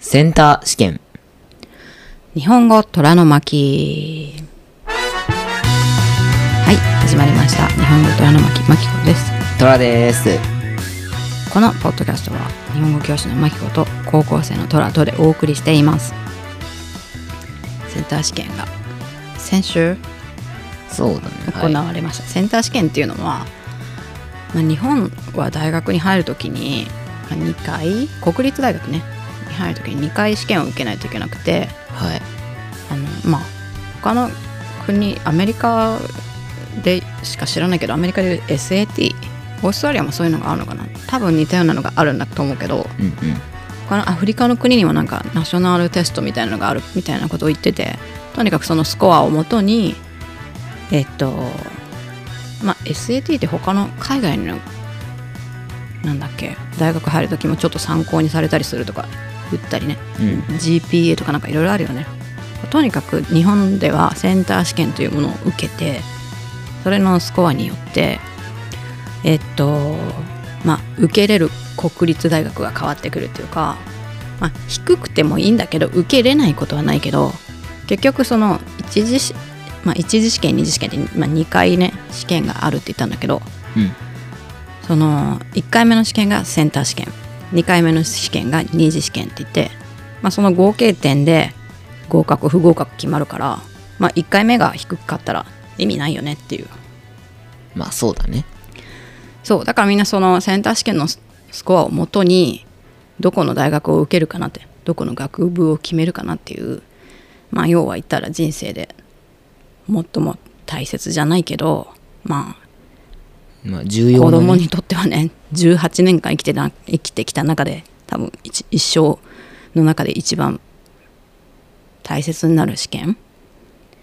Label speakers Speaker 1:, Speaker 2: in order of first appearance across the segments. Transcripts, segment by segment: Speaker 1: センター試験。
Speaker 2: 日本語虎の巻はい始まりました日本語虎の巻巻子です
Speaker 1: トラです。
Speaker 2: このポッドキャストは日本語教師の巻子と高校生の虎とでお送りしていますセンター試験が先週
Speaker 1: そうだね。
Speaker 2: 行
Speaker 1: はい
Speaker 2: われました、センター試験っていうのは、まあ、日本は大学に入るときにまあ2回国立大学ねに入るときに2回試験を受けないといけなくて
Speaker 1: はい。
Speaker 2: あのまあ他の国アメリカでしか知らないけどアメリカでいう SAT オーストラリアもそういうのがあるのかな多分似たようなのがあるんだと思うけど
Speaker 1: うんうん。
Speaker 2: 他のアフリカの国にもなんかナショナルテストみたいなのがあるみたいなことを言っててとにかくそのスコアをもとにえっとまあ SAT って他の海外のなんだっけ大学入る時もちょっと参考にされたりするとか言ったりね
Speaker 1: うん。
Speaker 2: GPA とかなんかいろいろあるよねとにかく日本ではセンター試験というものを受けてそれのスコアによってえっとまあ受けれる国立大学が変わってくるっていうか、まあ、低くてもいいんだけど受けれないことはないけど結局その一次し、まあ、一次試験二次試験って、まあ、2回ね試験があるって言ったんだけど
Speaker 1: うん。
Speaker 2: その1回目の試験がセンター試験2回目の試験が二次試験って言って、まあ、その合計点で合格不合格決まるから、まあ、1回目が低かったら意味ないよねっていう
Speaker 1: まあそうだね。
Speaker 2: そうだからみんなそのセンター試験のススコアをもとにどこの大学を受けるかなってどこの学部を決めるかなっていうまあ要は言ったら人生で最も大切じゃないけどまあ
Speaker 1: まあ重要
Speaker 2: 子
Speaker 1: なね
Speaker 2: 供にとってはね18年間生きてな生きてきた中で多分一一生の中で一番大切になる試験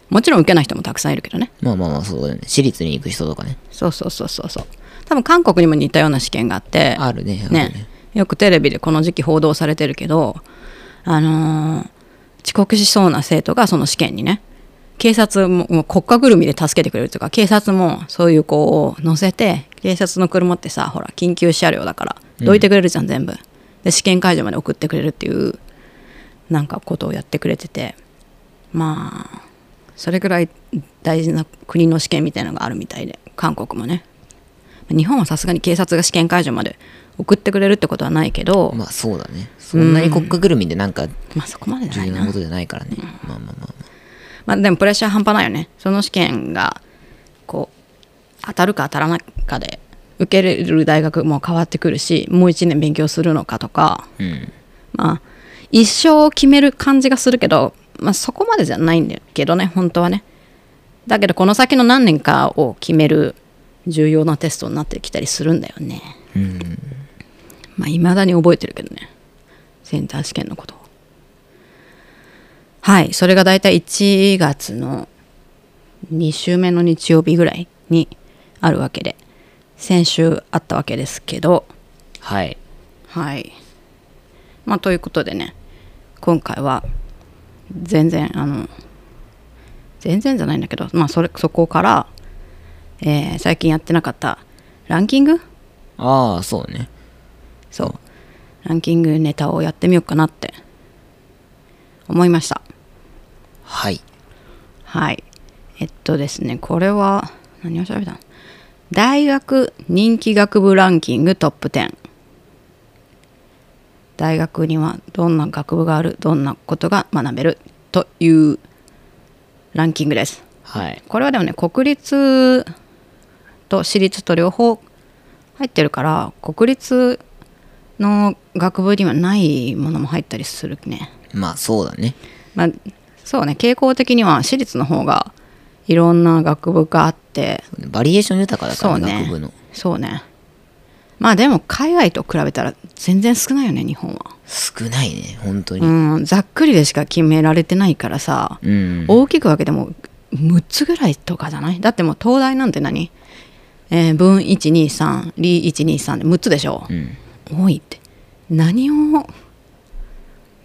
Speaker 2: もちろん受けない人もたくさんいるけどね
Speaker 1: まあまあまあそうだよね。私立に行く人とかね。
Speaker 2: そうそうそうそうそう多分韓国にも似たような試験があって
Speaker 1: あるね。ある
Speaker 2: ね。よくテレビでこの時期報道されてるけどあのー遅刻しそうな生徒がその試験にね警察ももう国家ぐるみで助けてくれるというか警察もそういう子を乗せて警察の車ってさほら緊急車両だからどいてくれるじゃん、全部で試験会場まで送ってくれるっていうなんかことをやってくれててまあそれぐらい大事な国の試験みたいなのがあるみたいで韓国もね日本はさすがに警察が試験会場まで送ってくれるってことはないけど、ま
Speaker 1: まあそうだね。そんなに国家ぐるみでなんか
Speaker 2: あそこまでじゃ
Speaker 1: 重
Speaker 2: ない
Speaker 1: 要
Speaker 2: な
Speaker 1: なことじゃないからね。まあまあまあ
Speaker 2: まあでもプレッシャー半端ないよねその試験がこう当たるか当たらないかで受けれる大学も変わってくるしもう1年勉強するのかとか
Speaker 1: まあ。うん。
Speaker 2: まあ一生を決める感じがするけど、まあ、そこまでじゃないんだけどね本当はねだけどこの先の何年かを決める重要なテストになってきたりするんだよね
Speaker 1: うん。
Speaker 2: まあいまだに覚えてるけどねセンター試験のことをはいそれが大体1月の2週目の日曜日ぐらいにあるわけで先週あったわけですけど
Speaker 1: はい。
Speaker 2: はいまあということでね今回は全然あの全然じゃないんだけどまあそれそこから、えー最近やってなかったランキング
Speaker 1: ああ、そうね。
Speaker 2: そうランキングネタをやってみようかなって思いました
Speaker 1: はい。
Speaker 2: はいえっとですねこれは何を調べたの大学人気学部ランキングトップ10大学にはどんな学部があるどんなことが学べるというランキングです
Speaker 1: はい。
Speaker 2: これはでもね国立と私立と両方入ってるから国立の学部にはないものも入ったりするね
Speaker 1: まあそうだね。
Speaker 2: まあそうね傾向的には私立の方がいろんな学部があって
Speaker 1: バリエーション豊かだか
Speaker 2: そ
Speaker 1: ら、
Speaker 2: うね
Speaker 1: 学部の。
Speaker 2: そうねまあでも海外と比べたら全然少ないよね日本は
Speaker 1: 少ないね、本当に。
Speaker 2: うんざっくりでしか決められてないからさ
Speaker 1: うん。
Speaker 2: 大きく分けても6つぐらいとかじゃないだってもう東大なんて何、えー分123理123で6つでしょ
Speaker 1: う、ん。
Speaker 2: 多いって何を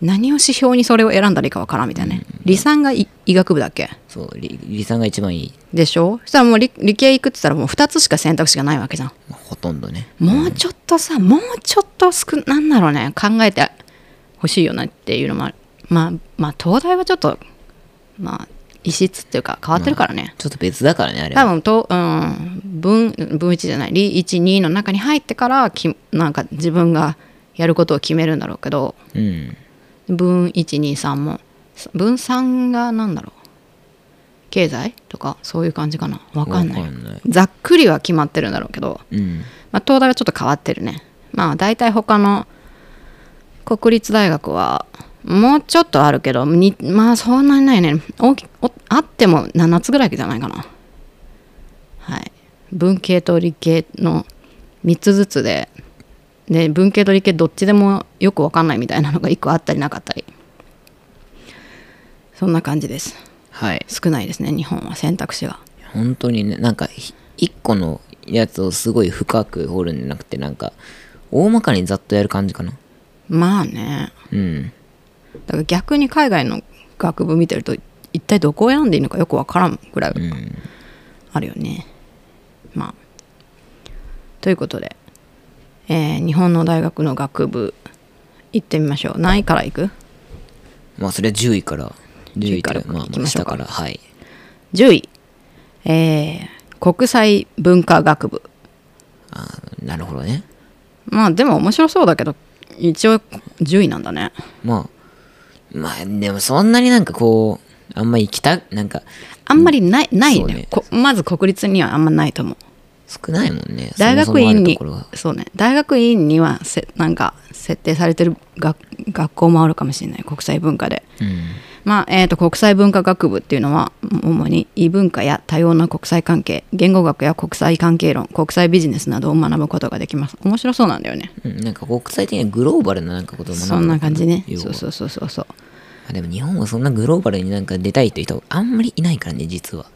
Speaker 2: 何を指標にそれを選んだらいいかわからんみたいなね、理3がい医学部だっけ
Speaker 1: そう、理理さんが一番いい。
Speaker 2: でしょそしたらもう理理系行くって言ったらもう2つしか選択肢がないわけじゃん
Speaker 1: まあほとんどね。
Speaker 2: もうちょっとさ、もうちょっと少なんだろうね考えて欲しいよなっていうのもあるまあまあ東大はちょっとまあ異質っていうか変わってるからね、
Speaker 1: ちょっと別だからね、あれ
Speaker 2: 多
Speaker 1: は。
Speaker 2: 分と、うん、分分1じゃない理12の中に入ってからきなんか自分がやることを決めるんだろうけど
Speaker 1: うん。
Speaker 2: 分123も分3が何だろう経済とかそういう感じかなわかんない
Speaker 1: わかんない
Speaker 2: ざっくりは決まってるんだろうけど、
Speaker 1: うん。
Speaker 2: まあ、東大はちょっと変わってるねまあ大体他の国立大学はもうちょっとあるけどにまあそんなにないね大きおあっても7つぐらいじゃないかなはい文系と理系の3つずつでで文系と理系どっちでもよく分かんないみたいなのが1個あったりなかったりそんな感じです
Speaker 1: はい。
Speaker 2: 少ないですね日本は選択肢が
Speaker 1: 本当にね、なんか、ひ一個のやつをすごい深く掘るんじゃなくて、なんか、大まかにざっとやる感じかな。
Speaker 2: まあね
Speaker 1: うん。
Speaker 2: だから逆に海外の学部見てると一体どこを選んでいいのかよくわからんぐらい
Speaker 1: うん。
Speaker 2: あるよね。まあということで、えー日本の大学の学部行ってみましょう何位から行く
Speaker 1: まあ、それは10位から、10
Speaker 2: 10
Speaker 1: 位
Speaker 2: 位
Speaker 1: か、
Speaker 2: からら
Speaker 1: まあ、
Speaker 2: 行き
Speaker 1: まあ
Speaker 2: ましょ
Speaker 1: 下
Speaker 2: うか
Speaker 1: から、はい。
Speaker 2: ?10 位、えー国際文化学部
Speaker 1: あーなるほどね。
Speaker 2: まあでも面白そうだけど一応10位なんだね
Speaker 1: まあ、まあ、でもそんなになんかこう、あんま行きた、なんか、
Speaker 2: あんまりないない
Speaker 1: そう
Speaker 2: ね
Speaker 1: ね
Speaker 2: こまず国立にはあんまないと思う
Speaker 1: 少ないもんね。
Speaker 2: 大学院に
Speaker 1: そもそもあるところが
Speaker 2: そうね大学院にはせなんか設定されてる学学校もあるかもしれない国際文化で
Speaker 1: うん。
Speaker 2: まあ、えー、と国際文化学部っていうのは主に異文化や多様な国際関係言語学や国際関係論国際ビジネスなどを学ぶことができます面白そうなんだよね
Speaker 1: うんなんか国際的にグローバルななんかことを学ぶのか
Speaker 2: そんな感じね
Speaker 1: 要は
Speaker 2: そうそうそうそうそう
Speaker 1: あでも日本はそんなグローバルになんか出たいって人あんまりいないからね実は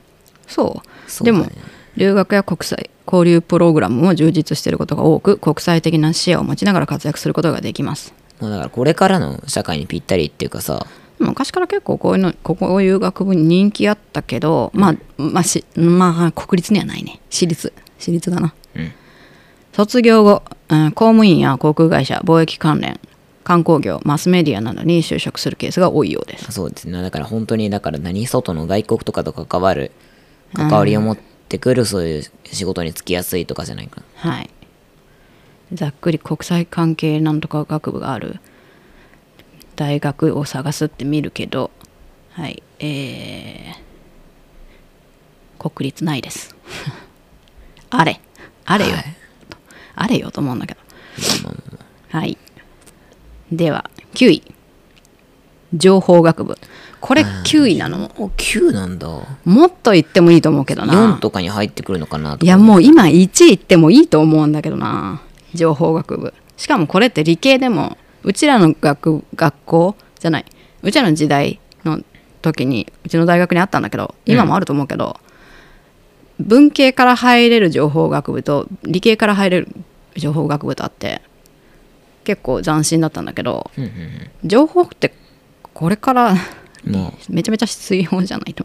Speaker 2: そう
Speaker 1: そう
Speaker 2: で
Speaker 1: だね
Speaker 2: も留学や国際交流プログラムも充実していることが多く国際的な視野を持ちながら活躍することができます
Speaker 1: もうだからこれからの社会にぴったりっていうかさ
Speaker 2: 昔から結構こういうのここういう学部に人気あったけど、まあまあしまあ国立にはないね私立私立だな、
Speaker 1: うん
Speaker 2: 卒業後、うん公務員や航空会社貿易関連観光業マスメディアなどに就職するケースが多いようです
Speaker 1: そうですねだから本当にだから何外の外国とかと関わる関わりを持ってくるそういう仕事に就きやすいとかじゃないかな
Speaker 2: はいざっくり国際関係なんとか学部がある大学を探すって見るけどはいえー、国立ないです あれあれよ、
Speaker 1: はい
Speaker 2: あれよと思うんだけどはいでは9位情報学部これ9位なの
Speaker 1: お9なんだ
Speaker 2: もっと言ってもいいと思うけどな
Speaker 1: 4とかに入ってくるのかなと
Speaker 2: いやもう今1位行ってもいいと思うんだけどな情報学部しかもこれって理系でもうちらの学学校じゃないうちらの時代の時にうちの大学にあったんだけど今もあると思うけど、文系から入れる情報学部と理系から入れる情報学部とあって結構斬新だったんだけど、
Speaker 1: うんうん
Speaker 2: 情報ってこれから
Speaker 1: うんまあ
Speaker 2: めちゃめちゃ必要じゃないと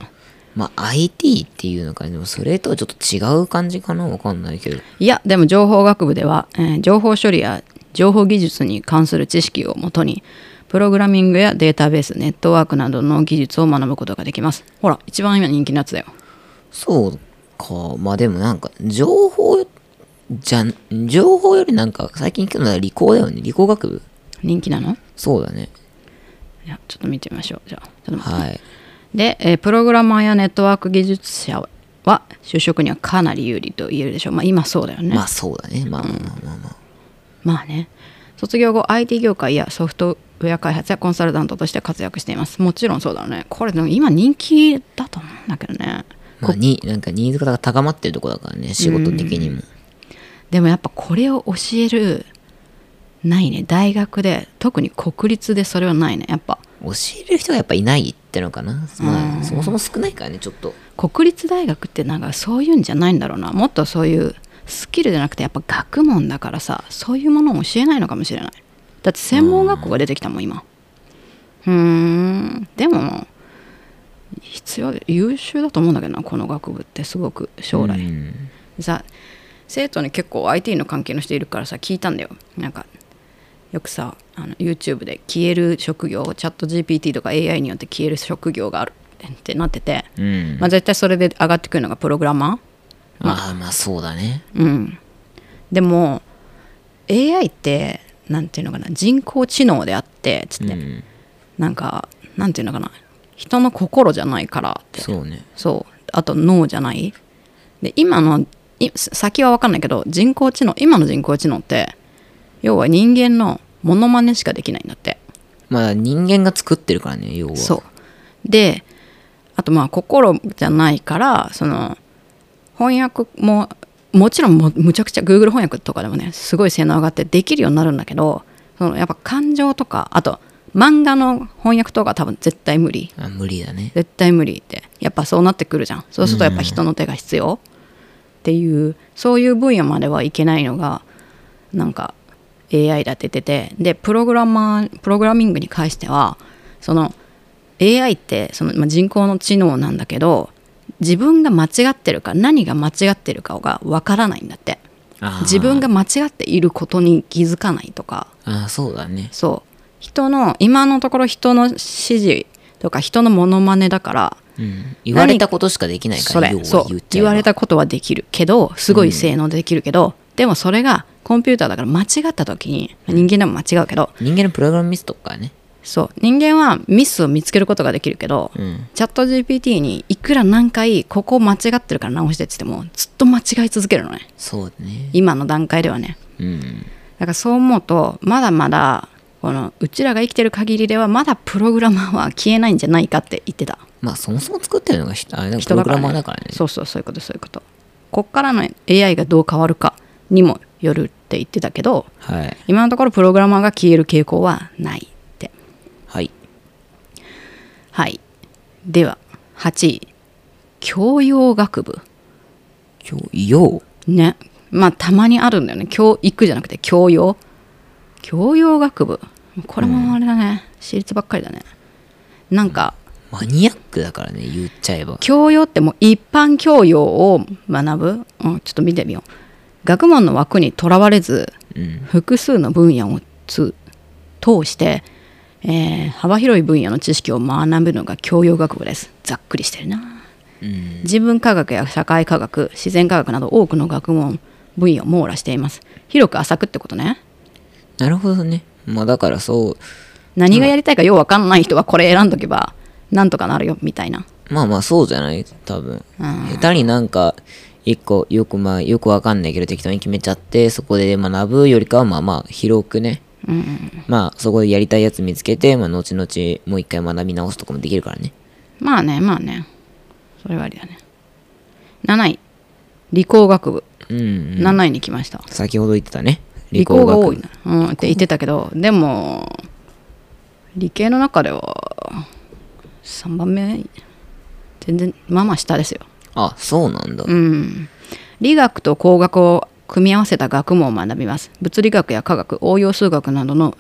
Speaker 1: まあ IT っていうのかなでもそれとはちょっと違う感じかなわかんないけど
Speaker 2: いやでも情報学部では、えー情報処理や情報技術に関する知識をもとにプログラミングやデータベースネットワークなどの技術を学ぶことができますほら一番今人気のやつだよ
Speaker 1: そうか。まあでもなんか、情報じゃん、情報よりなんか、最近聞くのは理工だよね。理工学部
Speaker 2: 人気なの
Speaker 1: そうだね。
Speaker 2: いやちょっと見てみましょうじゃあちょっと待って
Speaker 1: はい。
Speaker 2: で、えープログラマーやネットワーク技術者は就職にはかなり有利と言えるでしょうまあ今そうだよね
Speaker 1: まあそうだね。まあまあまあまあまあ。
Speaker 2: まあね卒業後 IT 業界やソフトウェア開発やコンサルタントとして活躍していますもちろんそうだろうねこれでも今人気だと思うんだけどね
Speaker 1: まあ、に、なんかニーズが高まってるとこだからね、仕事的にも。
Speaker 2: でもやっぱこれを教えるないね大学で特に国立でそれはないねやっぱ
Speaker 1: 教える人がやっぱいないってのかな。まあ、そもそも少ないからね、ちょっと。
Speaker 2: 国立大学ってなんかそういうんじゃないんだろうなもっとそういうスキルじゃなくてやっぱ学問だからさそういうものを教えないのかもしれないだって専門学校が出てきたもん今うーんでも必要で優秀だと思うんだけどなこの学部ってすごく将来、
Speaker 1: うん
Speaker 2: さ生徒に結構 IT の関係の人いるからさ聞いたんだよなんかよくさあの YouTube で消える職業チャット GPT とか AI によって消える職業があるってなってて、
Speaker 1: うん。
Speaker 2: まあ、絶対それで上がってくるのがプログラマー
Speaker 1: ああ、まあそうだね。
Speaker 2: うん、でも AI ってなんていうのかな人工知能であってつって、
Speaker 1: うん。
Speaker 2: なんかなんていうのかな人の心じゃないからって
Speaker 1: そうね。
Speaker 2: そうあと脳じゃないで今のい先は分かんないけど人工知能今の人工知能って要は人間のモノマネしかできないんだって
Speaker 1: まあ人間が作ってるからね、要は。
Speaker 2: そうであとまあ心じゃないからその翻訳ももちろんもむちゃくちゃ Google 翻訳とかでもねすごい性能上がってできるようになるんだけどそのやっぱ感情とかあと漫画の翻訳とか多分絶対無理
Speaker 1: あ無理だね。
Speaker 2: 絶対無理ってやっぱそうなってくるじゃんそうするとやっぱ人の手が必要っていうそういう分野まではいけないのがなんか AI だって言っててでプログラマープログラミングに関してはその AI ってその、まあ、人工の知能なんだけど自分が間違ってるか何が間違ってるかがわからないんだって
Speaker 1: あー
Speaker 2: 自分が間違っていることに気づかないとか
Speaker 1: ああ、そうだね。
Speaker 2: そう人の今のところ人の指示とか人のモノマネだから
Speaker 1: うん。言われたことしかできない
Speaker 2: そ
Speaker 1: から、
Speaker 2: れ
Speaker 1: 要は
Speaker 2: そう
Speaker 1: 言っちゃえ
Speaker 2: 言
Speaker 1: ば
Speaker 2: われたことはできるけどすごい性能できるけど、でもそれがコンピューターだから間違った時に人間でも間違うけど
Speaker 1: 人間のプログラムミスとかね。
Speaker 2: そう人間はミスを見つけることができるけど、
Speaker 1: うん。
Speaker 2: チャット GPT にいくら何回ここ間違ってるから直してって言ってもずっと間違い続けるのね
Speaker 1: そうだね。
Speaker 2: 今の段階ではね
Speaker 1: うん。
Speaker 2: だからそう思うとまだまだこのうちらが生きてる限りではまだプログラマーは消えないんじゃないかって言ってた
Speaker 1: まあそもそも作ってるのがひあれだプ
Speaker 2: 人
Speaker 1: ロ
Speaker 2: だ
Speaker 1: グ
Speaker 2: か
Speaker 1: ラ
Speaker 2: ら、
Speaker 1: マー
Speaker 2: ね、
Speaker 1: だからね。
Speaker 2: そうそうそういうことそういうことこっからの AI がどう変わるかにもよるって言ってたけど
Speaker 1: はい。
Speaker 2: 今のところプログラマーが消える傾向はないって
Speaker 1: はい。
Speaker 2: はいでは8位教養学部
Speaker 1: 教養。
Speaker 2: ねまあたまにあるんだよね教育じゃなくて教養教養学部これもあれだね、私立ばっかりだねなんか
Speaker 1: マニアックだからね、言っちゃえば。
Speaker 2: 教養ってもう一般教養を学ぶ、うん、ちょっと見てみよう学問の枠にとらわれず
Speaker 1: うん。
Speaker 2: 複数の分野をつ通して、えー幅広い分野の知識を学ぶのが教養学部ですざっくりしてるな
Speaker 1: うん。
Speaker 2: 人文科学や社会科学自然科学など多くの学問分野を網羅しています広く浅くってことね
Speaker 1: なるほどね。まあだからそう、
Speaker 2: 何がやりたいかようわかんない人はこれ選んどけばなんとかなるよみたいな
Speaker 1: まあまあそうじゃない多分。
Speaker 2: うん
Speaker 1: 下手になんか、一個、よくまあ、よくわかんないけど適当に決めちゃって、そこで学ぶよりかはまあまあ広くね。
Speaker 2: うん
Speaker 1: まあそこでやりたいやつ見つけて、まあ後々もう一回学び直すとかもできるからね。
Speaker 2: まあねまあねそれはありだね7位理工学部、
Speaker 1: うん、うん。
Speaker 2: 7位に来ました
Speaker 1: 先ほど言ってたね。
Speaker 2: 理工が多い
Speaker 1: 部。
Speaker 2: な、うん、って言ってたけどでも理系の中では3番目全然まあまあ下ですよ
Speaker 1: あ、そうなんだ。
Speaker 2: うん理学と工学を組み合わせた学問を学びます物理学や科学応用数学などの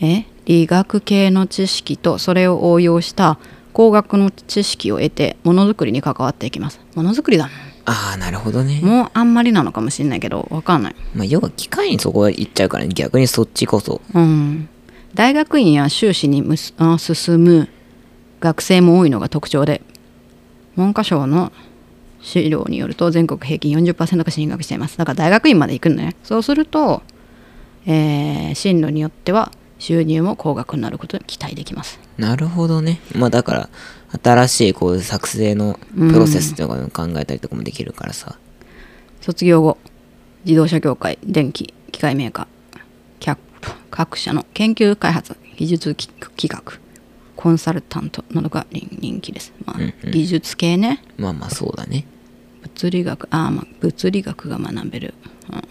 Speaker 2: え理学系の知識とそれを応用した工学の知識を得てものづくりに関わっていきますものづくりだ
Speaker 1: ああ、なるほどね。
Speaker 2: もうあんまりなのかもしれないけどわかんない
Speaker 1: まあ、要は機械にそこは行っちゃうから、ね、逆にそっちこそ。
Speaker 2: うん、大学院や修士にむすあ進む学生も多いのが特徴で文科省の資料によると全国平均40%が進学していますだから大学院まで行くんだねそうすると、えー進路によっては収入も高額になることに期待できます
Speaker 1: なるほどね。まあだから、新しいこう作成のプロセスとかも考えたりとかもできるからさ。
Speaker 2: 卒業後自動車業界電気機械メーカーキャップ各社の研究開発技術き企画コンサルタントなどが人人気です、まあ
Speaker 1: うんうん
Speaker 2: 技術系ね
Speaker 1: まあまあそうだね。
Speaker 2: 物理学あーまあ物理学が学べる、うん、そう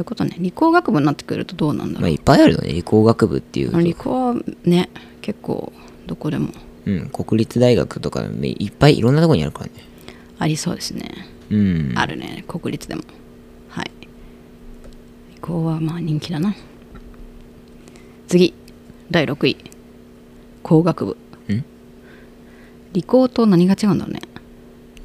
Speaker 2: いうことね理工学部になってくるとどうなん
Speaker 1: まあ
Speaker 2: だろう、
Speaker 1: いっぱいあるよね。理工学部っていうと。
Speaker 2: 理工はね結構どこでも
Speaker 1: うん。国立大学とかねいっぱいいろんなとこにあるからね。
Speaker 2: ありそうですね、
Speaker 1: うん。
Speaker 2: あるね国立でもはい理工はまあ人気だな次第6位工学部
Speaker 1: ん
Speaker 2: 理工と何が違うんだろうね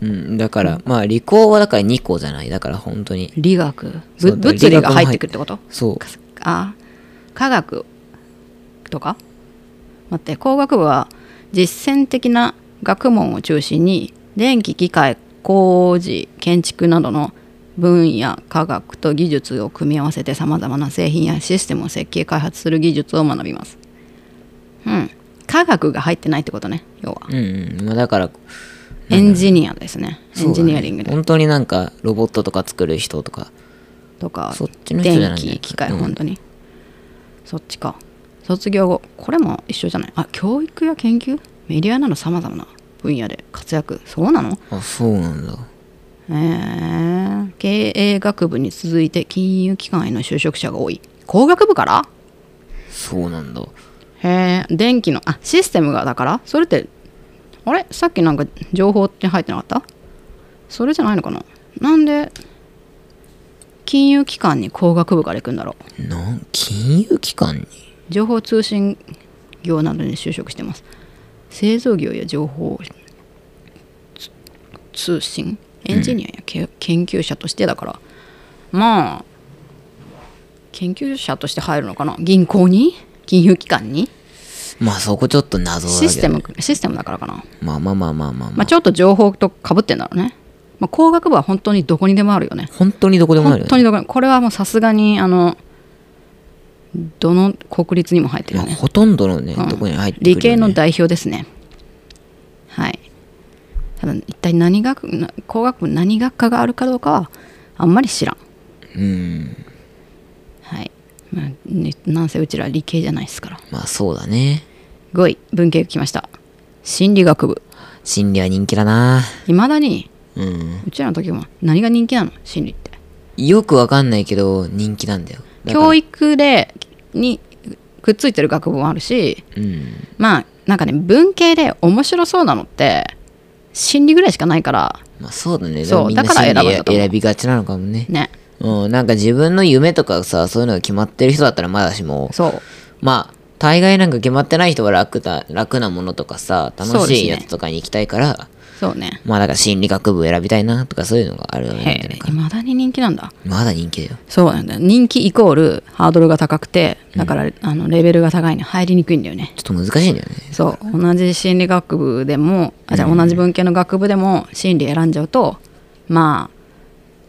Speaker 1: うん。だから、まあ理工はだから2個じゃない。だから本当に。
Speaker 2: 理学
Speaker 1: そう
Speaker 2: ぶ
Speaker 1: だ
Speaker 2: 物理が入ってくるってこと
Speaker 1: そう。
Speaker 2: あー科学とか待って工学部は実践的な学問を中心に電気機械工事建築などの分野科学と技術を組み合わせてさまざまな製品やシステムを設計開発する技術を学びますうん科学が入ってないってことね要は
Speaker 1: うんうんまあだから
Speaker 2: エンジニアですねエ
Speaker 1: そうだね
Speaker 2: ンジニアリングで、
Speaker 1: 本当になんかロボットとか作る人とか
Speaker 2: とか
Speaker 1: そっちの人じゃない
Speaker 2: 電気機械
Speaker 1: うん
Speaker 2: 本当に、そっちか卒業後これも一緒じゃないあ教育や研究メディアなどさまざまな分野で活躍そうなの
Speaker 1: あそうなんだ
Speaker 2: えー経営学部に続いて金融機関への就職者が多い工学部から
Speaker 1: そうなんだ
Speaker 2: へえ電気のあシステムがだからそれってあれさっきなんか情報って入ってなかったそれじゃないのかななんで金融機関に工学部から行くんだろう
Speaker 1: なん金融機関に
Speaker 2: 情報通信業などに就職してます製造業や情報つ通信エンジニアやけ、研究者としてだからまあ研究者として入るのかな銀行に金融機関に
Speaker 1: まあそこちょっと謎だけど
Speaker 2: システムシステムだからかな、
Speaker 1: まあまあまあまあまあ、ま
Speaker 2: まあ、
Speaker 1: あ、
Speaker 2: ちょっと情報とかぶってんだろうね、まあ、工学部は本当にどこにでもあるよね
Speaker 1: 本当にどこでもある
Speaker 2: 本
Speaker 1: よ、ね、
Speaker 2: 当にどこにこれはもうさすがにあのどの国立にも入ってる
Speaker 1: ま
Speaker 2: よ
Speaker 1: あ、
Speaker 2: ね
Speaker 1: ほとんどのね、
Speaker 2: うん
Speaker 1: とこに入ってくるよね、
Speaker 2: 理系の代表ですねはいただ一体何学な工学部何学科があるかどうかはあんまり知らん
Speaker 1: うん
Speaker 2: はい、まあねなんせうちら理系じゃないですから
Speaker 1: まあそうだね
Speaker 2: 5位文系来ました心理学部
Speaker 1: 心理は人気だない
Speaker 2: まだに
Speaker 1: うん
Speaker 2: うちらの時も何が人気なの心理って
Speaker 1: よくわかんないけど人気なんだよだから
Speaker 2: 教育でにくっついてる学部もあるし
Speaker 1: うん
Speaker 2: まあなんかね文系で面白そうなのって心理ぐらいしかないから
Speaker 1: まあそうだねで
Speaker 2: そう
Speaker 1: もみんな
Speaker 2: だから選ばれた
Speaker 1: 心
Speaker 2: と
Speaker 1: 理
Speaker 2: 思う
Speaker 1: 選びがちなのかもね
Speaker 2: ね
Speaker 1: うんなんか自分の夢とかさそういうのが決まってる人だったらまだしも
Speaker 2: そう
Speaker 1: まあ大概なんか決まってない人は楽だ楽なものとかさ
Speaker 2: そ
Speaker 1: 楽
Speaker 2: うです
Speaker 1: しい
Speaker 2: ね
Speaker 1: やつとかに行きたいから、
Speaker 2: そうね
Speaker 1: まあだから心理学部選びたいなとかそういうのがあるわけなんじゃない
Speaker 2: い
Speaker 1: か
Speaker 2: まだに人気なんだ
Speaker 1: まだ人気だよ
Speaker 2: そうなんだ人気イコールハードルが高くてだから、あのレベルが高いの入りにくいんだよね
Speaker 1: ちょっと難しいんだよね
Speaker 2: そう同じ心理学部でもあじゃあ同じ文系の学部でも心理選んじゃうとまあ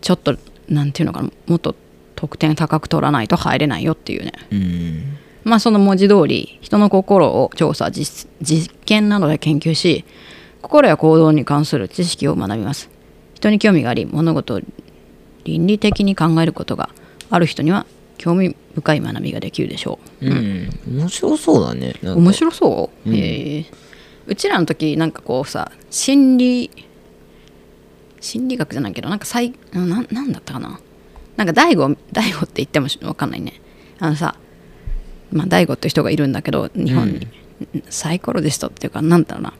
Speaker 2: ちょっとなんていうのかなもっと得点高く取らないと入れないよっていうね
Speaker 1: うん
Speaker 2: まあその文字通り人の心を調査実実験などで研究し心や行動に関する知識を学びます人に興味があり物事を倫理的に考えることがある人には興味深い学びができるでしょう
Speaker 1: うん、面白そうだねなんか
Speaker 2: 面白そう、へえうちらの時なんかこうさ心理心理学じゃないけどなんかさいななんだったかななんか大悟大悟って言ってもしわかんないねあのさまあ大悟って人がいるんだけど日本に、サイコロジストっていうかなんだろうな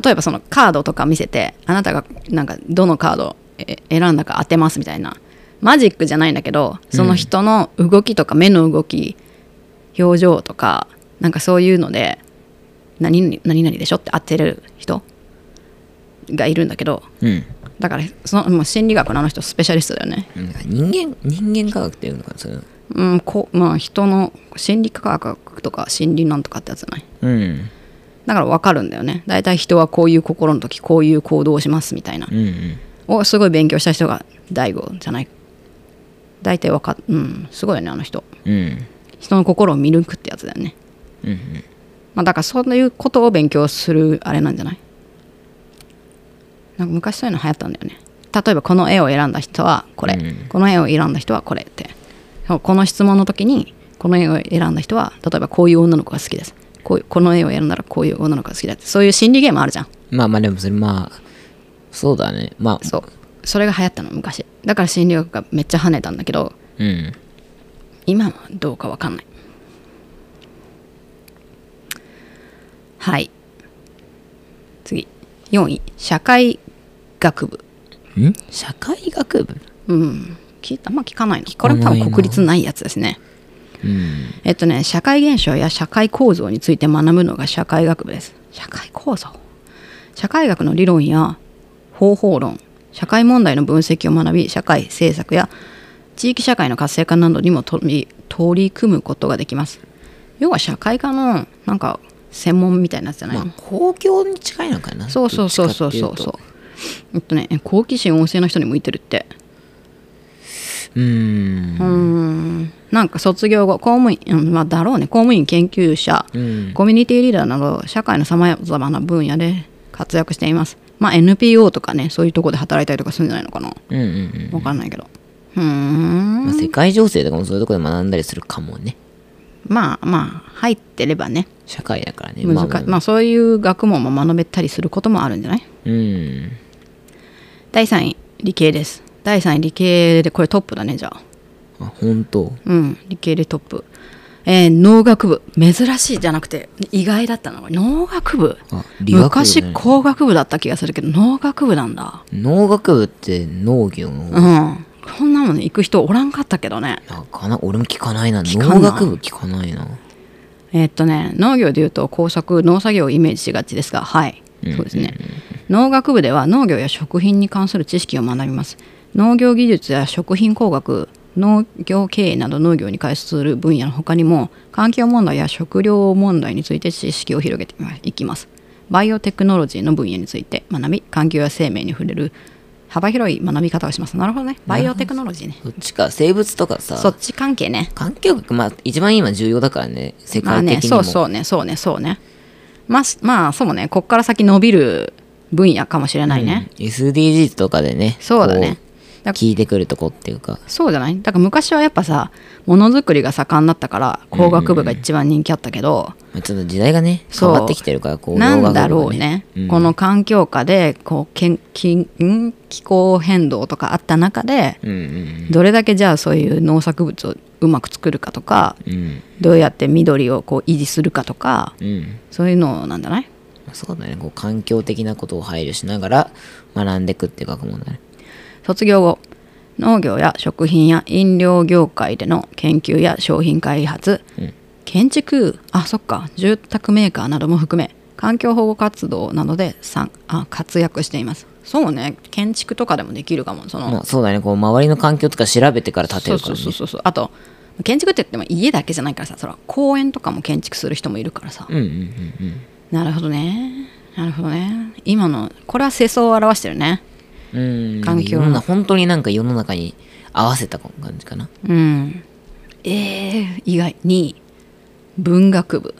Speaker 2: 例えばそのカードとか見せてあなたがなんかどのカードをえ選んだか当てますみたいなマジックじゃないんだけどその人の動きとか目の動き、表情とかなんかそういうので何々何々でしょって当てれる人がいるんだけど
Speaker 1: うん
Speaker 2: だからそのもう心理学のあの人スペシャリストだよね
Speaker 1: なんか人間人間科学っていうのかなそれ
Speaker 2: うんこまあ人の心理科学とか心理なんとかってやつじゃない
Speaker 1: うん
Speaker 2: だから分かるんだよね大体人はこういう心の時こういう行動をしますみたいな
Speaker 1: うんうん
Speaker 2: をすごい勉強した人が大悟じゃない大体分かうんすごいよねあの人
Speaker 1: うん
Speaker 2: 人の心を見抜くってやつだよね
Speaker 1: うんうん
Speaker 2: まあ、だからそういうことを勉強するあれなんじゃないなんか昔そういうの流行ったんだよね例えばこの絵を選んだ人はこれ、
Speaker 1: うん
Speaker 2: この絵を選んだ人はこれってそうこの質問の時にこの絵を選んだ人は例えばこういう女の子が好きですこういうこの絵を選んだらこういう女の子が好きだってそういう心理ゲームあるじゃん
Speaker 1: まあまあでもそれまあそうだねまあ
Speaker 2: そうそれが流行ったの昔だから心理学がめっちゃ跳ねたんだけど
Speaker 1: うん
Speaker 2: 今はどうかわかんないはい次4位社会学部
Speaker 1: ん社会学部
Speaker 2: うん聞いたあんま聞かないのこ
Speaker 1: か
Speaker 2: れ
Speaker 1: ない
Speaker 2: も
Speaker 1: な
Speaker 2: 多分国立ないやつですね
Speaker 1: うん
Speaker 2: えっとね社会現象や社会構造について学ぶのが社会学部です社会構造社会学の理論や方法論社会問題の分析を学び社会政策や地域社会の活性化などにも取り取り組むことができます要は社会科のなんか専門みたいなやつじゃない
Speaker 1: ま
Speaker 2: の、
Speaker 1: あ公共に近いのかな
Speaker 2: そうそうそうそう
Speaker 1: ど
Speaker 2: そ
Speaker 1: っ
Speaker 2: う
Speaker 1: ち
Speaker 2: そ
Speaker 1: か
Speaker 2: う
Speaker 1: ってい
Speaker 2: えっとね好奇心旺盛な人に向いてるって
Speaker 1: うとうー
Speaker 2: うんんなんか卒業後公務員、うんまあ、だろうね公務員研究者、
Speaker 1: うん
Speaker 2: コミュニティリーダーなど社会のさまざまな分野で活躍していますまあ NPO とかねそういうとこで働いたりとかするんじゃないのかな
Speaker 1: うんうんうん
Speaker 2: わかんないけどうー
Speaker 1: まあ
Speaker 2: ん
Speaker 1: 世界情勢とかもそういうところで学んだりするかもね
Speaker 2: まあまあ入ってればね
Speaker 1: 社会だからね
Speaker 2: 難
Speaker 1: まあ
Speaker 2: し
Speaker 1: ま
Speaker 2: ま
Speaker 1: あ
Speaker 2: あそういう学問も学べたりすることもあるんじゃない
Speaker 1: うん
Speaker 2: 第3位理系です第3位理系でこれトップだねじゃあ
Speaker 1: あ本当
Speaker 2: うん理系でトップえー農学部珍しいじゃなくて意外だったの農学部
Speaker 1: あ理学部だね
Speaker 2: 昔工学部だった気がするけど農学部なんだ
Speaker 1: 農学部って農業の方
Speaker 2: うんこんなもん行く人おらんかったけどね
Speaker 1: なかな俺も聞かないな
Speaker 2: かない
Speaker 1: 農学部聞かないな
Speaker 2: えーっとね農業でいうと工作農作業をイメージしがちですがはいそうですね、農学部では農業や食品に関する知識を学びます農業技術や食品工学農業経営など農業に関する分野の他にも環境問題や食料問題について知識を広げていきますバイオテクノロジーの分野について学び環境や生命に触れる幅広い学び方をしますなるほどねバイオテクノロジーね
Speaker 1: そっちか生物とか
Speaker 2: そ
Speaker 1: さ
Speaker 2: っち関係ね
Speaker 1: 環境学まあ一番今重要だからね世
Speaker 2: まあ
Speaker 1: 界
Speaker 2: ね、
Speaker 1: 的に
Speaker 2: そ
Speaker 1: も
Speaker 2: うそうね、そうね、そうね。まあ、しまあ、そうもね、こっから先伸びる分野かもしれないね。
Speaker 1: うん SDGs とかでね
Speaker 2: そうだね
Speaker 1: こう
Speaker 2: だ
Speaker 1: 聞いてくるとこっていうか
Speaker 2: そうじゃないだから昔はやっぱさ、ものづくりが盛んだったから、工学部が一番人気あったけど、
Speaker 1: まあちょっと時代がね変
Speaker 2: そう
Speaker 1: わってきてるからこう
Speaker 2: なんだろうね、
Speaker 1: 農学部が
Speaker 2: この環境下でこうけんきん気候変動とかあった中で、
Speaker 1: うんうん
Speaker 2: どれだけじゃあそういう農作物をうまく作るかとか、
Speaker 1: うんうん
Speaker 2: どうやって緑をこう維持するかとか、
Speaker 1: うん
Speaker 2: そういうのなんじゃない
Speaker 1: そうだねこう環境的なことを配慮しながら学んでいくっていう学問だね
Speaker 2: 卒業後農業や食品や飲料業界での研究や商品開発、
Speaker 1: うん
Speaker 2: 建築あそっか住宅メーカーなども含め環境保護活動などでさんあ活躍していますそうね建築とかでもできるかもその、
Speaker 1: まあそうだねこう周りの環境とか調べてから建て
Speaker 2: そう
Speaker 1: るか
Speaker 2: そ
Speaker 1: ら
Speaker 2: うそう
Speaker 1: ね
Speaker 2: そうそうあと建築って言っても家だけじゃないからさそら公園とかも建築する人もいるからさ、
Speaker 1: うんうんうんうん
Speaker 2: なるほどねなるほどね今のこれは世相を表してるね
Speaker 1: うん
Speaker 2: 環境
Speaker 1: なんか世の中本当になんか世の中に合わせた感じかな
Speaker 2: うんえー、意外に文学部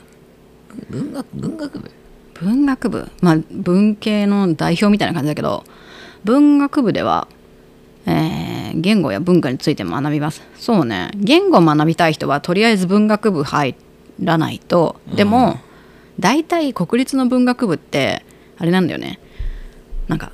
Speaker 1: 文学文学部
Speaker 2: 文学部まあ文系の代表みたいな感じだけど文学部では、えー言語や文化について学びますそうね言語を学びたい人はとりあえず文学部入らないとでも、大体国立の文学部ってあれなんだよねなんか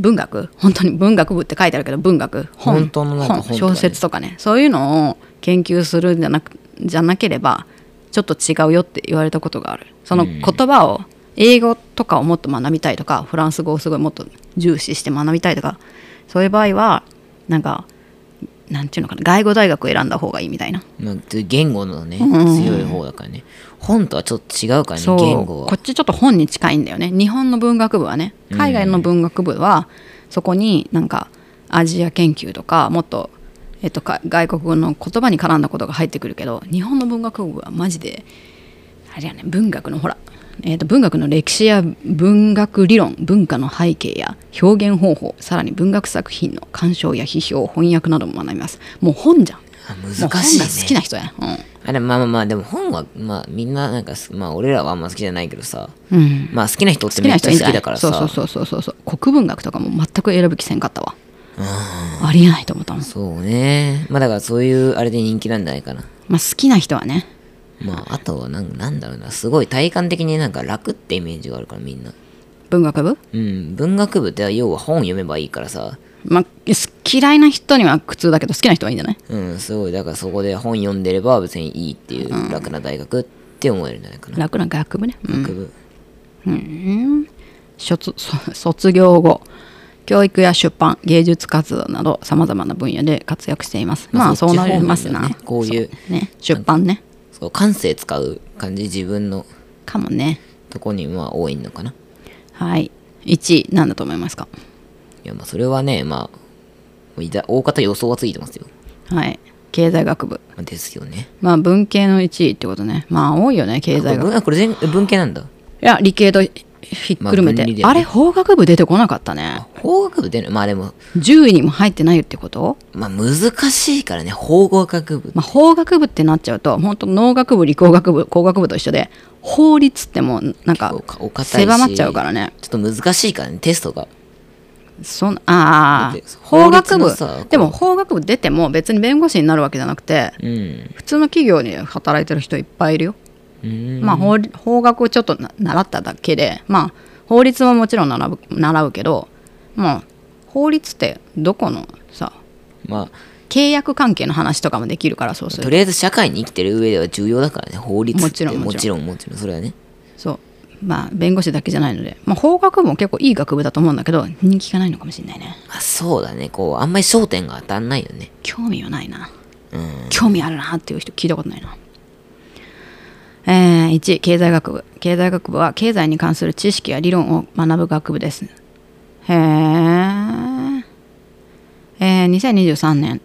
Speaker 2: 文学本当に文学部って書いてあるけど文学本
Speaker 1: 本当のなんか本とかね
Speaker 2: 小説とかねそういうのを研究するんじゃなくじゃなければちょっと違うよって言われたことがあるその言葉を英語とかをもっと学びたいとかフランス語をすごいもっと重視して学びたいとかそういう場合はなんかなんていうのかな外語大学を選んだ方がいいみたいな
Speaker 1: まあ言語のね
Speaker 2: ん
Speaker 1: 強い方だからね本とはちょっと違うからね
Speaker 2: そう
Speaker 1: 言語
Speaker 2: こ
Speaker 1: は
Speaker 2: っちちょっと本に近いんだよね日本の文学部はね海外の文学部はそこになんかアジア研究とかもっと、えっと、か外国語の言葉に絡んだことが入ってくるけど日本の文学部はマジであれやね文学のほら、えっと、文学の歴史や文学理論文化の背景や表現方法さらに文学作品の鑑賞や批評翻訳なども学びますもう本じゃん
Speaker 1: あ
Speaker 2: もう
Speaker 1: 難
Speaker 2: 本が好
Speaker 1: し
Speaker 2: き
Speaker 1: いね
Speaker 2: な人やね
Speaker 1: あれまあまあまあでも本はまあみんななんかすまあ俺らはあんま好きじゃないけどさ
Speaker 2: うん、うん
Speaker 1: まあ好きな人って
Speaker 2: 好き
Speaker 1: め
Speaker 2: な
Speaker 1: っち
Speaker 2: 人
Speaker 1: ゃ
Speaker 2: いいん
Speaker 1: 好
Speaker 2: じゃな
Speaker 1: き
Speaker 2: い
Speaker 1: だからさ
Speaker 2: そうそうそうそうそう国文学とかも全く選ぶ気せんかったわありえないと思ったもん、
Speaker 1: そうねまあだからそういうあれで人気なんじゃないかな
Speaker 2: まあ、好きな人はね
Speaker 1: まああとはなんなんだろうなすごい体感的になんか楽ってイメージがあるからみんな
Speaker 2: 文学部、
Speaker 1: うん文学部って要は本読めばいいからさ
Speaker 2: まあ、す嫌いな人には苦痛だけど好きな人はいいんじゃない
Speaker 1: うんすごいだからそこで本読んでれば別にいいっていう楽な大学って思えるんじゃないかな、
Speaker 2: 楽な学部ね、うん
Speaker 1: 学部
Speaker 2: うん卒卒 卒業後教育や出版芸術活動などさまざまな分野で活躍していますまあそ
Speaker 1: そうっち
Speaker 2: なりますな、
Speaker 1: 方面だねこういう
Speaker 2: そね出版ね
Speaker 1: そう感性使う感じ自分の
Speaker 2: かもね
Speaker 1: とこにまあ多いのかな
Speaker 2: はい1位何だと思いますか
Speaker 1: いやまあそれはねまあいだ大方予想はついてますよ
Speaker 2: はい経済学部
Speaker 1: ですよね。
Speaker 2: まあ文系の1位ってことねまあ多いよね経済学部い
Speaker 1: あこれ全文系なんだ。
Speaker 2: や理系とひっくる
Speaker 1: まあ分離
Speaker 2: めて、
Speaker 1: だよ
Speaker 2: あ、
Speaker 1: ね
Speaker 2: れ法学部出てこなかったね
Speaker 1: 法学部出るまあでも、
Speaker 2: 10位にも入ってないってこと
Speaker 1: まあ難しいからね、法学部。
Speaker 2: まあ、法学部ってなっちゃうと本当農学部理工学部工学部と一緒で法律ってもうなんか
Speaker 1: おかお堅いし
Speaker 2: 狭まっちゃうからね
Speaker 1: ちょっと難しいからね、テストが。
Speaker 2: そんああ
Speaker 1: だって
Speaker 2: 法学
Speaker 1: 法律
Speaker 2: 部
Speaker 1: のさこう
Speaker 2: でも法学部出ても別に弁護士になるわけじゃなくて
Speaker 1: うん。
Speaker 2: 普通の企業に働いてる人いっぱいいるよ、
Speaker 1: うん
Speaker 2: まあ法律法学をちょっとな習っただけでまあ法律ももちろん習う習うけどもう法律ってどこのさ
Speaker 1: ま
Speaker 2: 契約関係の話とかもできるからそうす
Speaker 1: あ、
Speaker 2: ると
Speaker 1: とりあえず社会に生きてる上では重要だからね、法律って。
Speaker 2: もちろんも
Speaker 1: も
Speaker 2: ち
Speaker 1: ち
Speaker 2: ろ
Speaker 1: ろん、もちろん、それはね。
Speaker 2: そうまあ弁護士だけじゃないので、まあ、法学部も結構いい学部だと思うんだけど人気がないのかもしれないね
Speaker 1: まあそうだね、こう、あんまり焦点が当たんないよね。
Speaker 2: 興味はないな
Speaker 1: うん。
Speaker 2: 興味あるなっていう人聞いたことないなえー、1経済学部経済学部は経済に関する知識や理論を学ぶ学部ですへーえー、2023年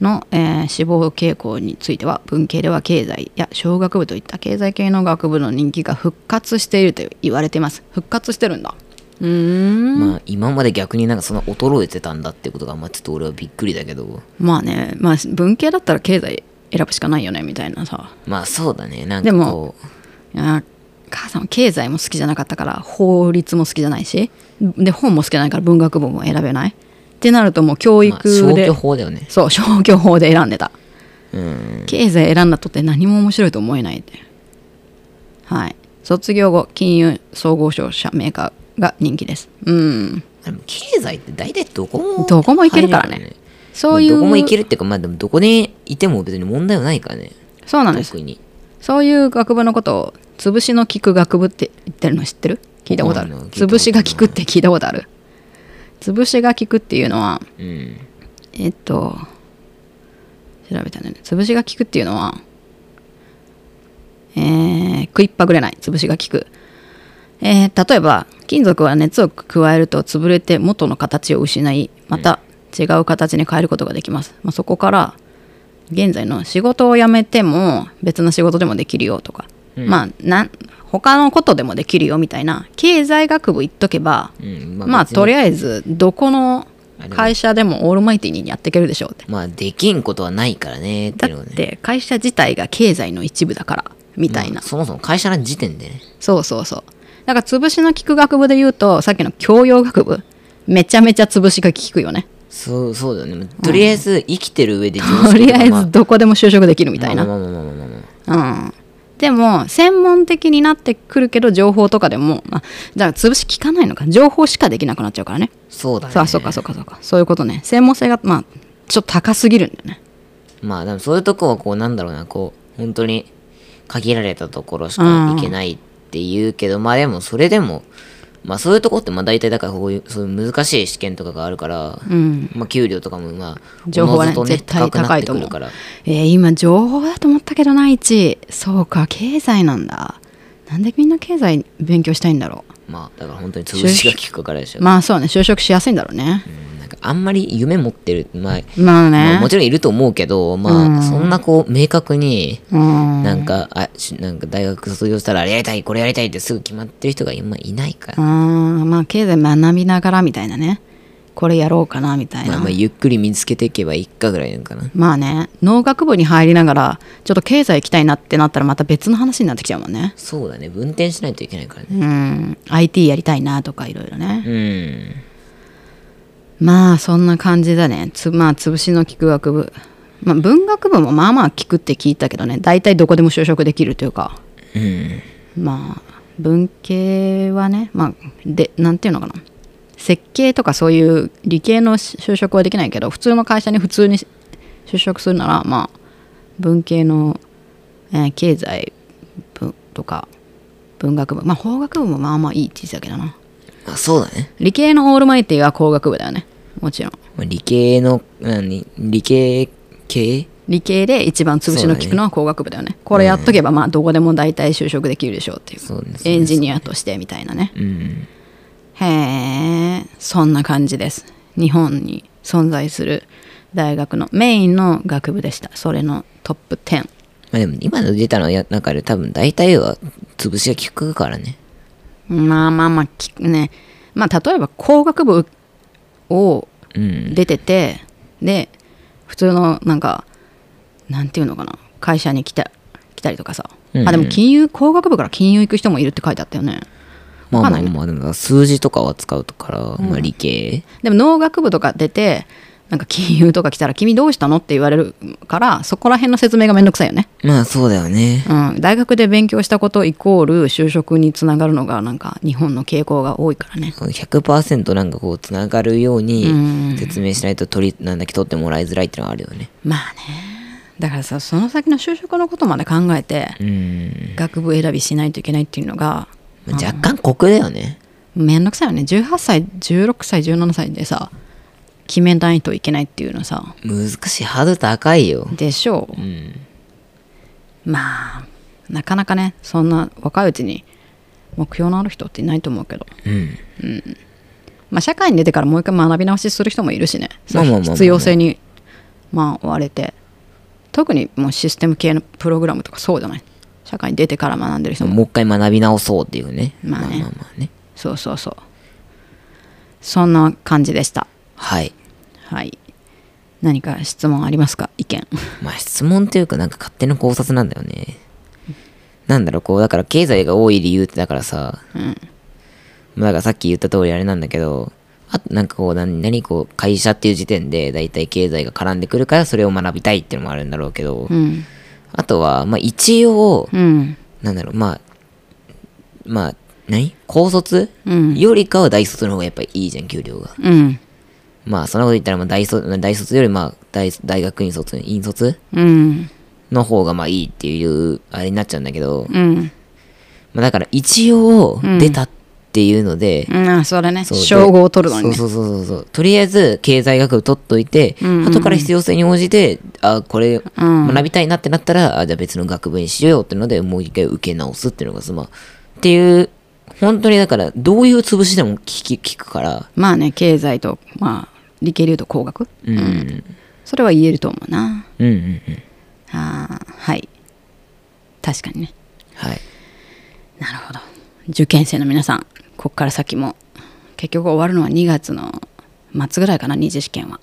Speaker 2: の、えー死亡傾向については文系では経済や小学部といった経済系の学部の人気が復活していると言われています復活してるんだうーん
Speaker 1: まあ今まで逆になんかそんな衰えてたんだってことが、まあちょっと俺はびっくりだけど、
Speaker 2: まあねまあ文系だったら経済選ぶしかないよねみたいなさ
Speaker 1: まあそうだね、なん
Speaker 2: で
Speaker 1: か
Speaker 2: も
Speaker 1: こう、
Speaker 2: あ母さんは経済も好きじゃなかったから法律も好きじゃないしで本も好きじゃないから文学部も選べないってなるともう教
Speaker 1: まあ、消
Speaker 2: 育で、
Speaker 1: 去法だよね。
Speaker 2: そう消去法で選んでた
Speaker 1: うん。
Speaker 2: 経済選んだとって何も面白いと思えないってはい卒業後金融総合商社メーカーが人気ですうん
Speaker 1: でも経済って大体どこも、
Speaker 2: どこも行けるからね
Speaker 1: 入よ。
Speaker 2: そういう
Speaker 1: どこも行けるっていうか、まあでもどこにいても別に問題はないからね。
Speaker 2: そうなんです
Speaker 1: 特に。
Speaker 2: そういう学部のことを潰しの効く学部って言ってるの知ってる聞いたことある
Speaker 1: わかんない聞いたことない
Speaker 2: 潰しが効くって聞いたことある潰しが効くっていうのは
Speaker 1: うん。
Speaker 2: えっと調べたね潰しが効くっていうのはえー、食いっぱぐれない潰しが効くえー例えば金属は熱を加えると潰れて元の形を失いまた違う形に変えることができます、まあ、そこから現在の仕事を辞めても別の仕事でもできるよとか、まあなん他のことでもできるよみたいな経済学部行っとけば、
Speaker 1: うん。
Speaker 2: まあ
Speaker 1: 別に
Speaker 2: とりあえずどこの会社でもオールマイティにやっていけるでしょうって
Speaker 1: まあできんことはないからねって
Speaker 2: だ
Speaker 1: いうのは
Speaker 2: っ
Speaker 1: ね。
Speaker 2: て会社自体が経済の一部だからみたいな、
Speaker 1: そもそも会社の時点でね。
Speaker 2: そうそうそうだから潰しの効く学部で言うとさっきの教養学部めちゃめちゃ潰しが効くよね
Speaker 1: そう、そうだよね。とりあえず生きてる上で
Speaker 2: とりあえずどこでも就職できるみ
Speaker 1: み
Speaker 2: たいな、
Speaker 1: まあまあまあまあまあまあ。
Speaker 2: うんでも専門的になってくるけど情報とかでもあじゃあ潰し効かないのか情報しかできなくなっちゃうからね
Speaker 1: そうだね。
Speaker 2: そうあそうかそうかそうかそういうことね専門性がまあちょっと高すぎるんだよね
Speaker 1: まあでもそういうとこはこうなんだろうな、こう、本当に限られたところしか行けないって言うけど、まあでもそれでも、まあそういうとこってまあ大体だからこういう、そういう難しい試験とかがあるから、
Speaker 2: うん
Speaker 1: まあ給料とかもまあ、
Speaker 2: 情報はね
Speaker 1: おのず
Speaker 2: 絶対高いと思う
Speaker 1: 高くなってくる
Speaker 2: えー今情報だと思ったけどな1位そうか経済なんだなんでみんな経済勉強したいんだろ
Speaker 1: から、まあだから本当に潰しが効くからでしょ
Speaker 2: う。まあそうね就職しやすいんだろうね、
Speaker 1: うんなんかあんまり夢持ってる、まあ、
Speaker 2: ま
Speaker 1: ま
Speaker 2: あね
Speaker 1: あ、もちろんいると思うけど、まあ、そんなこう、明確に、
Speaker 2: うん
Speaker 1: なんか、あ、しなんか大学卒業したら、あれやりたい、これやりたいってすぐ決まってる人が今いないから。
Speaker 2: あーまあ経済学びながらみたいなねこれやろうかなみたい
Speaker 1: ま
Speaker 2: な、
Speaker 1: あ、
Speaker 2: ま
Speaker 1: まあ、
Speaker 2: あ、
Speaker 1: ゆっくり見つけていけばいいかぐらいなのかな。
Speaker 2: ね農学部に入りながらちょっと経済行きたいなってなったらまた別の話になってきちゃうもんね
Speaker 1: そうだね、運転しないといけないからね。
Speaker 2: うん IT やりたいなとかいろいろね、
Speaker 1: うん。
Speaker 2: まあそんな感じだねつまあ潰しの効く学部まあ文学部もまあまあ効くって聞いたけどね大体どこでも就職できるというか
Speaker 1: うん。
Speaker 2: まあ文系はねまあでなんていうのかな設計とかそういう理系のし就職はできないけど普通の会社に普通にし就職するならまあ文系の、えー経済部とか文学部まあ法学部もまあまあいいって言ってたけどな
Speaker 1: まあ、そうだね。
Speaker 2: 理系のオールマイティは工学部だよねもちろん
Speaker 1: まあ、理系の、何理系系
Speaker 2: 理系で一番潰しの効くのは工学部だよねこれやっとけばまあどこでも大体就職できるでしょうっていう
Speaker 1: そうです
Speaker 2: エンジニアとしてみたいなね
Speaker 1: うん。
Speaker 2: へえそんな感じです日本に存在する大学のメインの学部でしたそれのトップ10
Speaker 1: まあでも今の出たの中で多分大体は潰しが効くからね。
Speaker 2: まあまあまあきねまあ例えば工学部を
Speaker 1: うん。
Speaker 2: 出てて、で普通のなんかなんていうのかな会社に来た来たりとかさ、
Speaker 1: うん
Speaker 2: あでも金融工学部から金融行く人もいるって書いてあったよね
Speaker 1: まあ
Speaker 2: わかん
Speaker 1: ま
Speaker 2: な
Speaker 1: あ
Speaker 2: いね
Speaker 1: まあ、でも数字とかは使うから、まあ理系。
Speaker 2: でも農学部とか出てなんか金融とか来たら「君どうしたの?」って言われるからそこら辺の説明がめんどくさいよね、
Speaker 1: まあそうだよね。
Speaker 2: うん、大学で勉強したことイコール就職につながるのがなんか日本の傾向が多いからね
Speaker 1: 100%なんかこうつながるよう
Speaker 2: う
Speaker 1: に説明しないと取りなんだっけ取ってもらいづらいってのはあるよね
Speaker 2: まあねだからさその先の就職のことまで考えて
Speaker 1: うん、
Speaker 2: 学部選びしないといけないっていうのが
Speaker 1: まあ、若干酷だよね
Speaker 2: めんどくさいよね18歳16歳17歳でさ決めないといけないっていうのさ
Speaker 1: 難しいハードル高いよ
Speaker 2: でしょう、まあなかなかねそんな若いうちに目標のある人っていないと思うけど、
Speaker 1: うん
Speaker 2: まあ、社会に出てからもう一回学び直しする人もいるしねそ
Speaker 1: まあまあまあま
Speaker 2: う
Speaker 1: あまあ
Speaker 2: 必要性にまあ追われて特にもうシステム系のプログラムとかそうじゃない社会に出てから学んでる人も
Speaker 1: もう一回学び直そうっていうね
Speaker 2: まあね
Speaker 1: まあまあね
Speaker 2: そうそうそうそんな感じでした
Speaker 1: はい
Speaker 2: はい何か質問ありますか意見
Speaker 1: まあ質問っていうかなんか勝手な考察なんだよねなんだろうこうだから経済が多い理由ってだからさ、まあだからさっき言った通りあれなんだけどあとなんかこう何何こう会社っていう時点で大体経済が絡んでくるからそれを学びたいっていうのもあるんだろうけど、
Speaker 2: うん
Speaker 1: あとは、まあ、一応、
Speaker 2: うん
Speaker 1: なんだろう、まあ、まあ、何高卒、
Speaker 2: うん
Speaker 1: よりかは大卒の方がやっぱいいじゃん、給料が。
Speaker 2: うん
Speaker 1: まあ、そんなこと言ったら、まあ大卒、大卒より、まあ大、大学院卒、院卒
Speaker 2: うん
Speaker 1: の方が、まあ、いいっていう、あれになっちゃうんだけど、
Speaker 2: うん
Speaker 1: まあ、だから、一応、出たっていうので、
Speaker 2: うんあそれね
Speaker 1: そう
Speaker 2: 称号を取るのにね
Speaker 1: そうそうそうそうそうとりあえず経済学部取っといて、後から必要性に応じてあこれ学びたいなってなったら、あじゃあ別の学部にしようよってのでもう一回受け直すっていうのがそのっていう本当にだからどういう潰しでも聞き聞くから
Speaker 2: まあね経済とまあ理系でいうと工学、
Speaker 1: うんうん
Speaker 2: それは言えると思うな
Speaker 1: うんうんうんうん
Speaker 2: あーはい確かにね
Speaker 1: はい
Speaker 2: なるほど受験生の皆さんここから先も結局終わるのは2月の末ぐらいかな二次試験は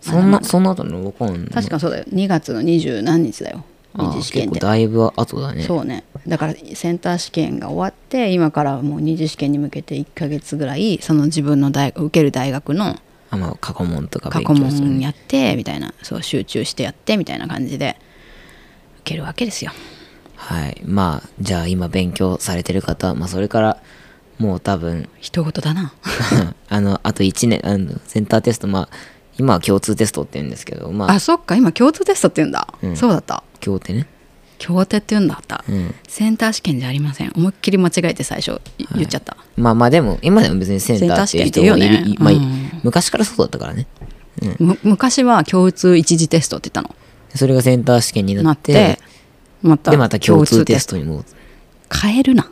Speaker 1: そんなそんな後の僕は確
Speaker 2: 確かそうだよ2月の二十何日だよ二次
Speaker 1: 結
Speaker 2: 試験
Speaker 1: 構
Speaker 2: で
Speaker 1: だいぶ後だね
Speaker 2: そうねだからセンター試験が終わって今からもう二次試験に向けて1ヶ月ぐらいその自分の大受ける大学の
Speaker 1: あまあ過去問とか
Speaker 2: 過
Speaker 1: 勉
Speaker 2: 去
Speaker 1: 強する
Speaker 2: 問やってみたいなそう集中してやってみたいな感じで受けるわけですよ
Speaker 1: はいまあじゃあ今勉強されてる方、まあ、それからもう多分
Speaker 2: 一言だな
Speaker 1: あの、あと1年、あのセンターテスト、まあ、今は共通テストって言うんですけど、まあ、
Speaker 2: あそっか今共通テストって言うんだ、
Speaker 1: ん
Speaker 2: そうだった
Speaker 1: 共ってね。
Speaker 2: 共手って言うんだった、
Speaker 1: うん
Speaker 2: センター試験じゃありません思いっきり間違えて最初い言っちゃった、
Speaker 1: まあまあでも、今でも別にセンターっていう人もい
Speaker 2: センター試験って
Speaker 1: る、
Speaker 2: 言うよね
Speaker 1: まあ、
Speaker 2: うん
Speaker 1: 昔からそうだったからね。
Speaker 2: む昔は共通一次テストって言った
Speaker 1: それがセンター試験に
Speaker 2: の
Speaker 1: な
Speaker 2: なっ
Speaker 1: って、
Speaker 2: てまた
Speaker 1: で、また共通テストにも、
Speaker 2: ト変えるな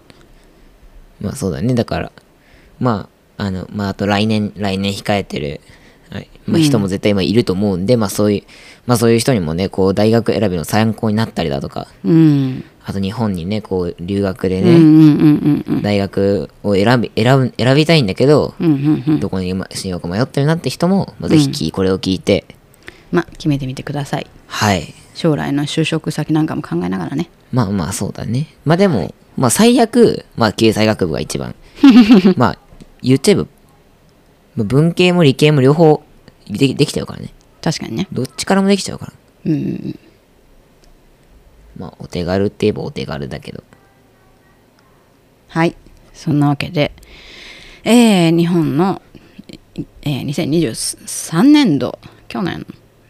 Speaker 1: まあそうだね。だから、まあ、あの、まああと来年、来年控えてる、はい。まあ人も絶対今いると思うんで、まあそういう、まあそういう人にもね、こう大学選びの参考になったりだとか、
Speaker 2: うん
Speaker 1: あと日本にね、こう留学で
Speaker 2: うんう
Speaker 1: ね、
Speaker 2: んうんうんうん
Speaker 1: 大学を選び選ぶ選びたいんだけど、
Speaker 2: うんうんうん
Speaker 1: どこに今しようか迷ってるなって人も、まあ、ぜひ聞いこれを聞いて、
Speaker 2: まあ決めてみてください
Speaker 1: はい
Speaker 2: 将来の就職先なんかも考えながらね
Speaker 1: まあまあそうだねまあでも、まあ最悪まあ経済学部が一 番まあ言っちゃえばまあ文系も理系も両方できできちゃうからね
Speaker 2: 確かにね
Speaker 1: どっちからもできちゃうから
Speaker 2: うんうんうん
Speaker 1: まあお手軽って言えばお手軽だけど
Speaker 2: はいそんなわけで、えー日本の、えー2023年度去年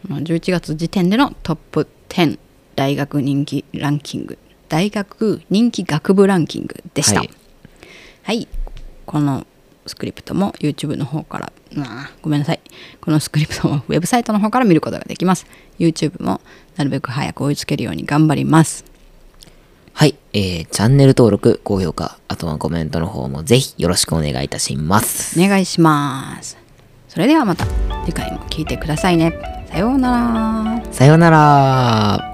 Speaker 2: の11月時点でのトップ10大学人気ランキング大学人気学部ランキングでしたは
Speaker 1: はいい、
Speaker 2: このスクリプトも YouTube の方からうわーごめんなさいこのスクリプトもウェブサイトの方から見ることができます YouTube もなるべく早く追いつけるように頑張ります
Speaker 1: はい、えー、チャンネル登録高評価あとはコメントの方もぜひよろしくお願いいたします
Speaker 2: お願いしますそれではまた次回も聞いてくださいねさようなら。
Speaker 1: さようなら